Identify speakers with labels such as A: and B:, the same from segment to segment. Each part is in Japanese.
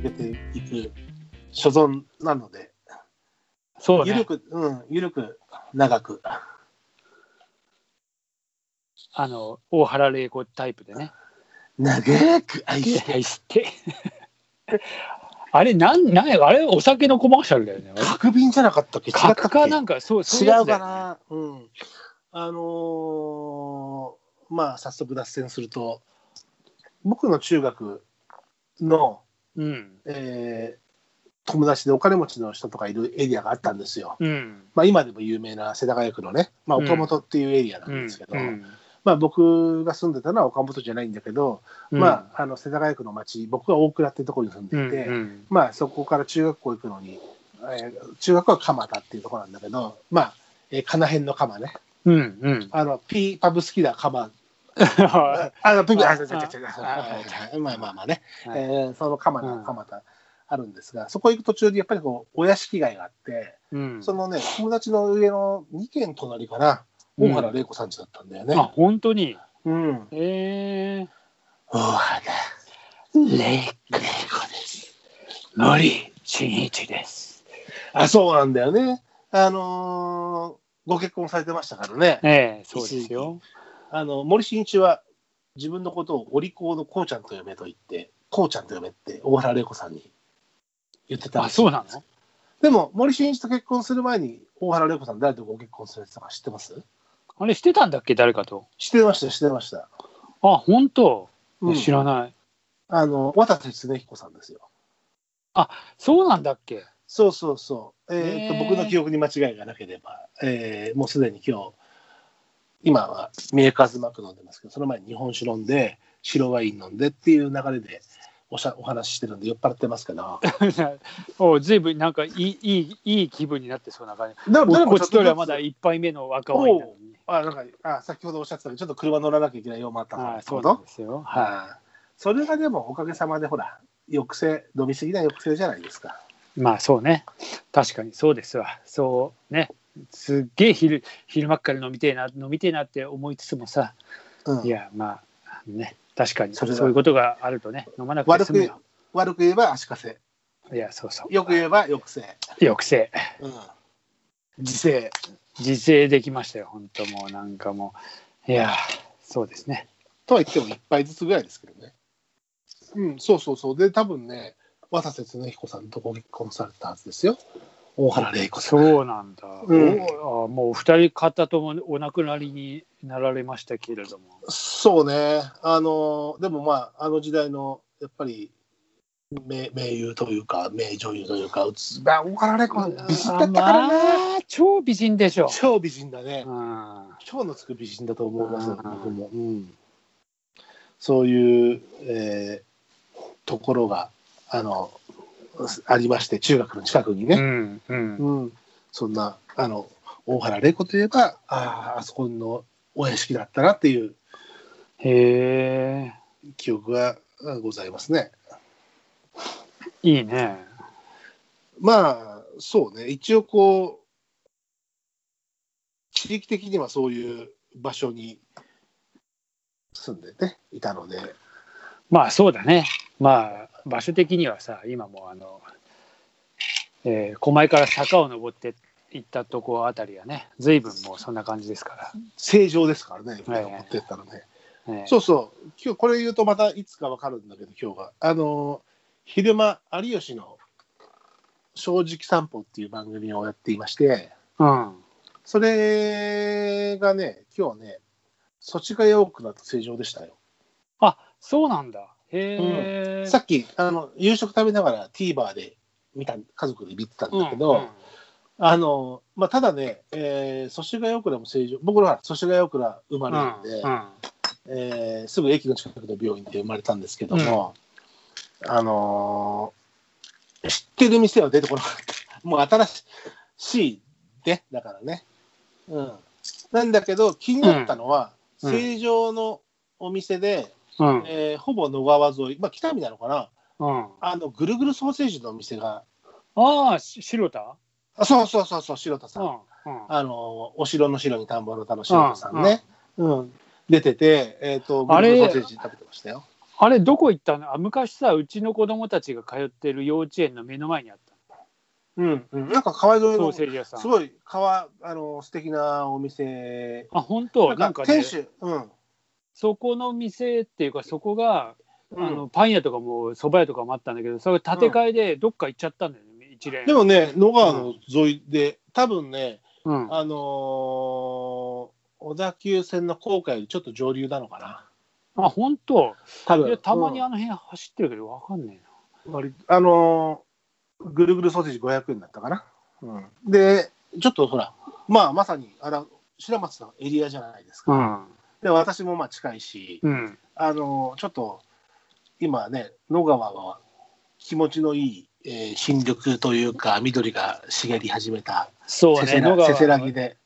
A: げていく所存なので、
B: そう
A: ゆる
B: ね。
A: く、うん、ゆるく長く、
B: あの、大原玲子タイプでね。
A: 長く愛して、
B: 愛して。 あれ、なん、なんや、あれ、お酒のコマーシャルだよね。
A: 角瓶じゃなかったっけ違ったっけ
B: 格かなんか、そう、そう
A: 違
B: いうや
A: う
B: つだ
A: か
B: よね
A: な、うん。あのーまあ、早速脱線すると、僕の中学の、
B: うん。
A: えー友達でお金持ちの人とかいるエリアがあったんですよ。
B: うん。
A: まあ、今でも有名な世田谷区のね、まあ、
B: うん
A: 岡本っていうエリアなん
B: うん
A: ですけど、まあ、僕が住んでたのは岡本じゃないんだけど、
B: うん
A: まあ、あの世田谷区の町僕は大倉っていうところに住ん
B: うん
A: でいて、
B: うん
A: まあ、そこから中学校行くのに、えー中学校は蒲田っていうところなんだけど、まあえー、金編の蒲ね
B: うん うん。
A: あのピーパブ好きだ蒲
B: は
A: あのピー
B: あ
A: あ違う違う違う
B: あ
A: はいまあまあまあね、
B: はい
A: えーその蒲田
B: うん
A: 蒲田あるんですがそこ行く途中にやっぱりこうお屋敷街があって
B: いうん
A: そのね友達の上の2軒隣かな大原玲子さんちだったんだよね
B: あ、。本当に。
A: うん、
B: ええ。
A: 大原
B: 玲
A: 玲子です
B: 子、森進一です。
A: あそうなんだよね。あのーご結婚されてましたからね。
B: ええ、そうですよ。
A: あの森進一は自分のことをお利口のこうちゃんと呼べと言って、こうちゃんと呼べって大原玲子さんに言ってたら
B: あ、
A: しい
B: そうなの
A: でも森進一と結婚する前に大原玲子さん誰とご結婚されてたか知ってます
B: あれ、してたんだっけ、誰かと。
A: 知ってました、知ってました。
B: あ、本当。
A: うん
B: 知らない。
A: あの渡瀬恒彦さんですよ。
B: そうなんだっけ。
A: そうそうそう。えーっと
B: ねー
A: 僕の記憶に間違いがなければ、えーもうすでに今日、今は三重和マク飲んでますけど、その前に日本酒飲んで、白ワイン飲んでっていう流れでおしゃお話ししてるんで、酔っ払ってますから。
B: おずいぶんなんかいいいいいい気分になってそうな感じ。
A: で
B: ここっちとりはまだ一杯目の若ワインなのに。
A: あなんかあ、先ほどおっしゃってたけど、ちょっと車乗らなきゃいけないようもあったから
B: は
A: っ
B: い、
A: て
B: そ
A: こ
B: うな
A: と
B: んですよ。は
A: はい。それがでも、おかげさまで、ほら、抑制、飲みすぎない抑制じゃないですか。
B: い。まあそうね。確かにそうですわ。そうね。すっげえ昼昼間っから飲みてえな飲みてえなって思いつつもさ、
A: うん
B: いやまあね確かに
A: そ
B: そ
A: れだ
B: ういうことがあるとね飲まなくて
A: 悪く
B: 済む
A: 言え
B: よ。
A: 悪く言えば足かせ、
B: いやそうそう。
A: よく言えば抑制、
B: 抑制
A: うん、自制。
B: 自制できましたよ本当もうなんかもういやそうですね。
A: とは言っても一杯ずつぐらいですけどね。うん、そうそうそう。で、多分ね、渡瀬恒彦さんとご結婚されたはずですよ。大原玲子さん。
B: そうなんだ。
A: うん
B: おあもうお二人方ともお亡くなりになられましたけれども。
A: そうね。あの、でもまあ、あの時代の、やっぱり、名名優というか、名女優というか、うつまあ、大原玲子さん、美人だったからね。
B: まあ、超美人でしょ。
A: 超美人だね
B: う。ん
A: 超のつく美人だと思います、
B: うん
A: 僕も。うん、そういう、えーところが、あの、ありまして、中学の近くにね。
B: うんうん、
A: うん、そんなあの大原玲子といえばあーあそこのお屋敷だったなっていう
B: へえ
A: 記憶があございますね。
B: いいね
A: まあそうね一応こう地域的にはそういう場所に住んでねいたので
B: まあそうだねまあ場所的にはさ今もうあの、えー、狛江から坂を登って行ったとこあたりはね随分もうそんな感じですか
A: 正常ですからね
B: はいはい
A: 持ってったらね。
B: ら、ね、
A: そうそう今日これ言うとまたいつかわかるんだけど今日があの昼間有吉の「正直散歩」っていう番組をやっていまして。
B: うん
A: それがね、今日ね、そっちが多くなった正常でしたよ。
B: あそうなんだへえ、
A: さっき、あの、夕食食べながら TVer で見た、家族で見てたんだけど、
B: うんうん
A: あの、まあ、ただね、えー、祖師ヶ谷大倉も正常、僕らは祖師ヶ谷大倉生まれなんで、
B: うん
A: えーすぐ駅の近くの病院で生まれたんですけども、あのー知ってる店は出てこなかった。もう新しいで、だからね。うん。なんだけど、気になったのは、
B: うん
A: 成城のお店で、
B: うんうん
A: えーほぼ野川沿い、まあ北見なのかな、
B: うん、
A: あの、ぐるぐるソーセージのお店が、
B: ああ、し白田
A: あそうそうそうそう、白田
B: う
A: さ
B: ん
A: ん。
B: うん。
A: あのーお城の城に田んぼの田の白田さんね。
B: うん
A: うん。出てて、えっ、と、
B: あれ
A: ぐるぐるソーセージ食べてましたよ。
B: あれどこ行ったのあ昔さうちの子供たちが通ってる幼稚園の目の前にあっ
A: うん、うん、なんか川沿
B: た
A: い
B: ソ
A: の
B: ーセージ屋さん
A: すごい川あの素敵なお店
B: あ本当なんかね
A: 店主うん、
B: そこの店っていうかそこが、
A: うん
B: あのパン屋とかも蕎麦屋とかもあったんだけどそれ建て替えでどっか行っちゃったんだよね、一連
A: でもね野川の沿いで、多分ね
B: うん、
A: あのー小田急線の高架よりちょっと上流なのかな
B: あ本当
A: 多
B: い
A: 分
B: やたまに
A: うん
B: あの辺走ってるけどわかんねえ
A: 割あのーぐるぐるソーセージ500円だったかな、うん、でちょっとほらまあまさにあら白松のエリアじゃないですか、
B: な
A: で私もまあ近いし、
B: うん、うん、
A: あのちょっと今ね野川は気持ちのいい、えー新緑というか緑が茂り始めた
B: そ
A: せ
B: うね
A: せ
B: 野
A: らせせらぎ
B: 川
A: で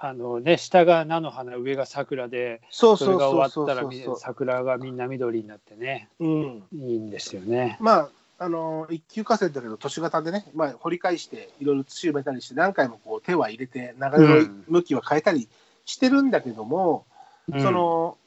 B: あのね下が菜の花上が桜で
A: そう
B: そ
A: そ
B: れ
A: う
B: が
A: そう
B: 終
A: そ
B: わ
A: う
B: った
A: そ
B: ら
A: う
B: み桜がみんな緑になってね
A: うん、
B: いいんですよね
A: まああの一級河川だけど都市型でね、まあ、掘り返していろいろ土埋めたりして何回もこう手は入れて流れ
B: う
A: の
B: ん
A: 向きは変えたりしてるんだけども、
B: うん
A: その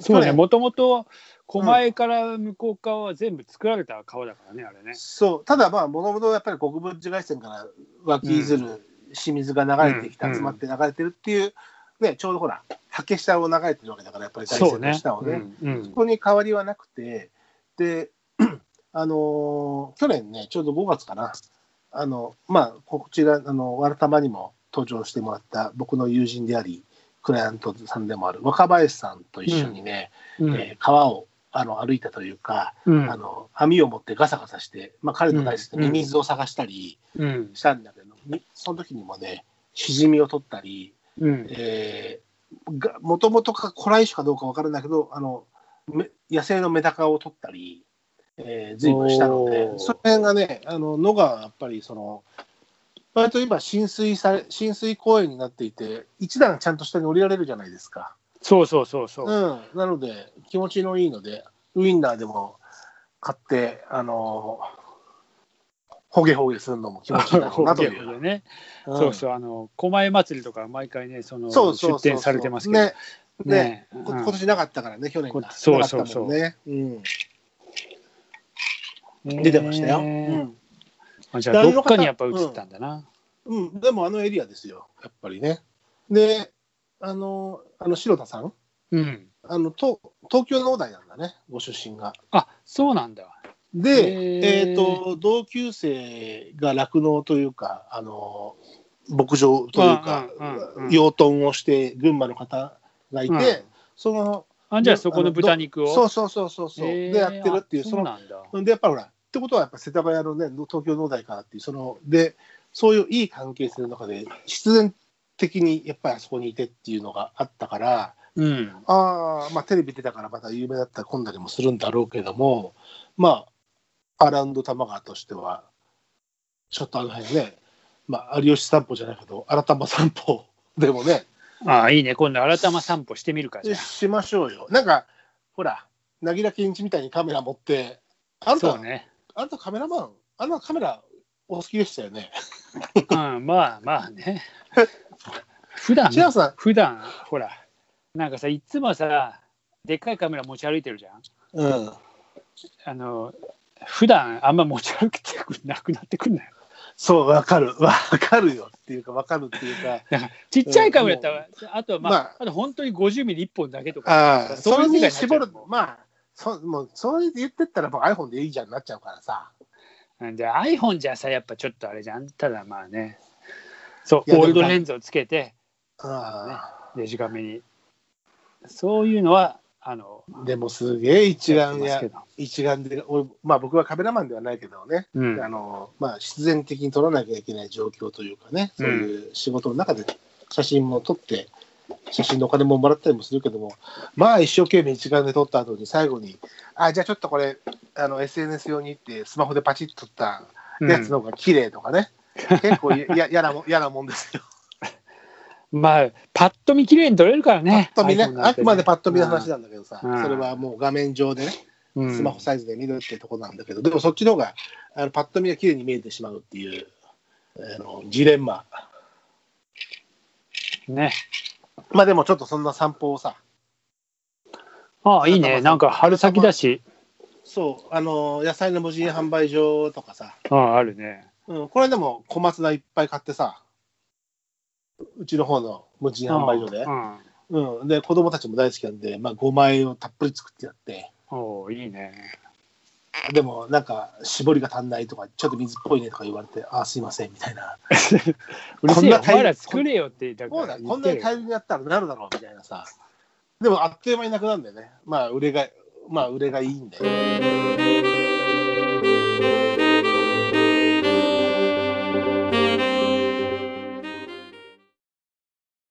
B: そ
A: 去
B: うね
A: 年
B: もともと狛江から向こう側は全部作られた川だからねあれね
A: そうただまあもともとやっぱり国分寺外線から湧き出る清水が流れてきて
B: うん
A: 集まって流れてるっていう、ね、ちょうどほら竹下を流れてるわけだからやっぱり外
B: そう
A: 線の
B: ね
A: 下をねそ
B: うんうん
A: こに変わりはなくてで あのー去年ねちょうど5月かなあのまあこちらあの「わらたま」にも登場してもらった僕の友人でありクライアントさんでもある若林さんと一緒にね、
B: うん
A: えー川をあの歩いたというか、
B: うん
A: あの網を持ってガサガサして、まあ、彼の大好き
B: うんう
A: なミ
B: ん
A: ミズを探したり
B: うん
A: したんだけど、みその時にもねシジミを取ったり
B: うん
A: もともとか古来種かどうか分からないけどあのめ野生のメダカを取ったり、えー、随分したので
B: おー
A: その辺がねあの野がやっぱりその割と今浸水され浸水公園になっていて一段ちゃんと下に降りられるじゃないですか。
B: そうそうそうそう、
A: うん、なので気持ちのいいのでウインナーでも買ってあのほげほげするのも気持ちいいだろうなという。
B: ね、
A: うん
B: そうそうあの狛江祭りとか毎回ねその
A: そうそうそう
B: 出店されてますけど
A: ねね
B: ね
A: こ
B: うん
A: 今年なかったからね去年
B: こ
A: が
B: そう
A: なかったもん
B: そうそう
A: ね、うん、
B: ね
A: 出てましたよ、
B: あじゃあどっかにやっぱ映ったんだな、
A: うんうん、でもあのエリアですよやっぱりねであのあの白田さん
B: うん、
A: あのと東京農大なんだねご出身が
B: あそうなんだ
A: で、
B: へ
A: え
B: ー
A: ー、と同級生が酪農というかあの牧場というか
B: うんうんうん
A: 養豚をして群馬の方がいて、
B: うん
A: その
B: あじゃあそこの豚肉を
A: そうそうそうそうそう、
B: へー
A: でやってるっていう
B: あ
A: そ
B: そう
A: の
B: なんだ
A: でやっぱほらってことはやっぱ世田谷のね東京農大からっていうそのでそういういい関係性の中で必然的にやっぱりあそこにいてっていうのがあったから、
B: うん
A: ああ、まあテレビ出たからまた有名だったら混んだりもするんだろうけども、まあ、アラウンド玉川としては、ちょっとあの辺ね、まあ、有吉散歩じゃないけど、新玉散歩でもね、
B: ああいいね今度改ま散歩してみるかじゃあ
A: しましょうよ。なんか、ほら、なぎら健一みたいにカメラ持って、あなた、
B: そうね
A: あなたカメラマン、あなたカメラお好きでしたよね。
B: うんまあま あね普段
A: 千奈さん、
B: 普段ほらなんかさいつもさでっかいカメラ持ち歩いてるじゃん
A: うん。
B: あの普段あんま持ち歩きたくなくなってくんない
A: そう、わかる。わかるよっていうか、わかるっていうか、
B: ちっちゃいカメラだったら、あとはまあ、
A: ま
B: あ、と本当に50ミリ1本だけとか
A: ああ、そ
B: そうい
A: れ
B: う世界に
A: に
B: なっちゃ
A: 絞
B: う
A: る、まあ、そもうそれで言ってったらもう iPhone でいいじゃんなっちゃうからさ。
B: なんで iPhone じゃさやっぱちょっとあれじゃんただまあねそう
A: いやで
B: オ
A: も
B: ールドレンズをつけて
A: あ
B: デジカメにそういうのはあの
A: あでもすげえ一眼や
B: やってますけど
A: 一眼で俺、まあ、僕はカメラマンではないけどね、
B: うん
A: あのまあ、必然的に撮らなきゃいけない状況というかねそういう仕事の中で写真も撮って写真のお金ももらったりもするけどもまあ一生懸命一眼で撮った後に最後にあじゃあちょっとこれあの SNS 用にってスマホでパチッと撮ったやつの方が綺麗とか ね、結構やややなもんやなもんですよ。
B: うんまあパッと見綺麗に撮れるからね
A: パッと見ね
B: iPhone な
A: あ
B: んて
A: くまでパッと見の話なんだけどさ、
B: うん
A: それはもう画面上でね、
B: うん
A: スマホサイズで見るってとこなんだけど、でもそっちの方があのパッと見が綺麗に見えてしまうっていう、あのジレンマ。
B: ね
A: まあでもちょっとそんな散歩をさ、
B: ああ、いいね。なんか春先だし、
A: そう、あのー野菜の無人販売所とかさ、
B: ああ、あるね。
A: うん、これでも小松菜いっぱい買ってさ、うちの方の無人販売所で
B: う、ん。
A: うん、で、子供たちも大好きなんで、まあ、5枚をたっぷり作ってやって、
B: おおいいね。
A: でもなんか、絞りが足んないとか、ちょっと水っぽいねとか言われて、あーすいませんみたい な、
B: うるせえよ。
A: こんな
B: お
A: タイミング
B: 前ら作れよってだ
A: そう
B: か
A: だ、
B: ら
A: こ
B: 言
A: ん
B: っ
A: な
B: て
A: に
B: るよ。
A: 大量にやったらなるだろうみたいなさ、でもあっという間になくなるんだよね、まあ、売れが、まあ、売れがいいんだよ。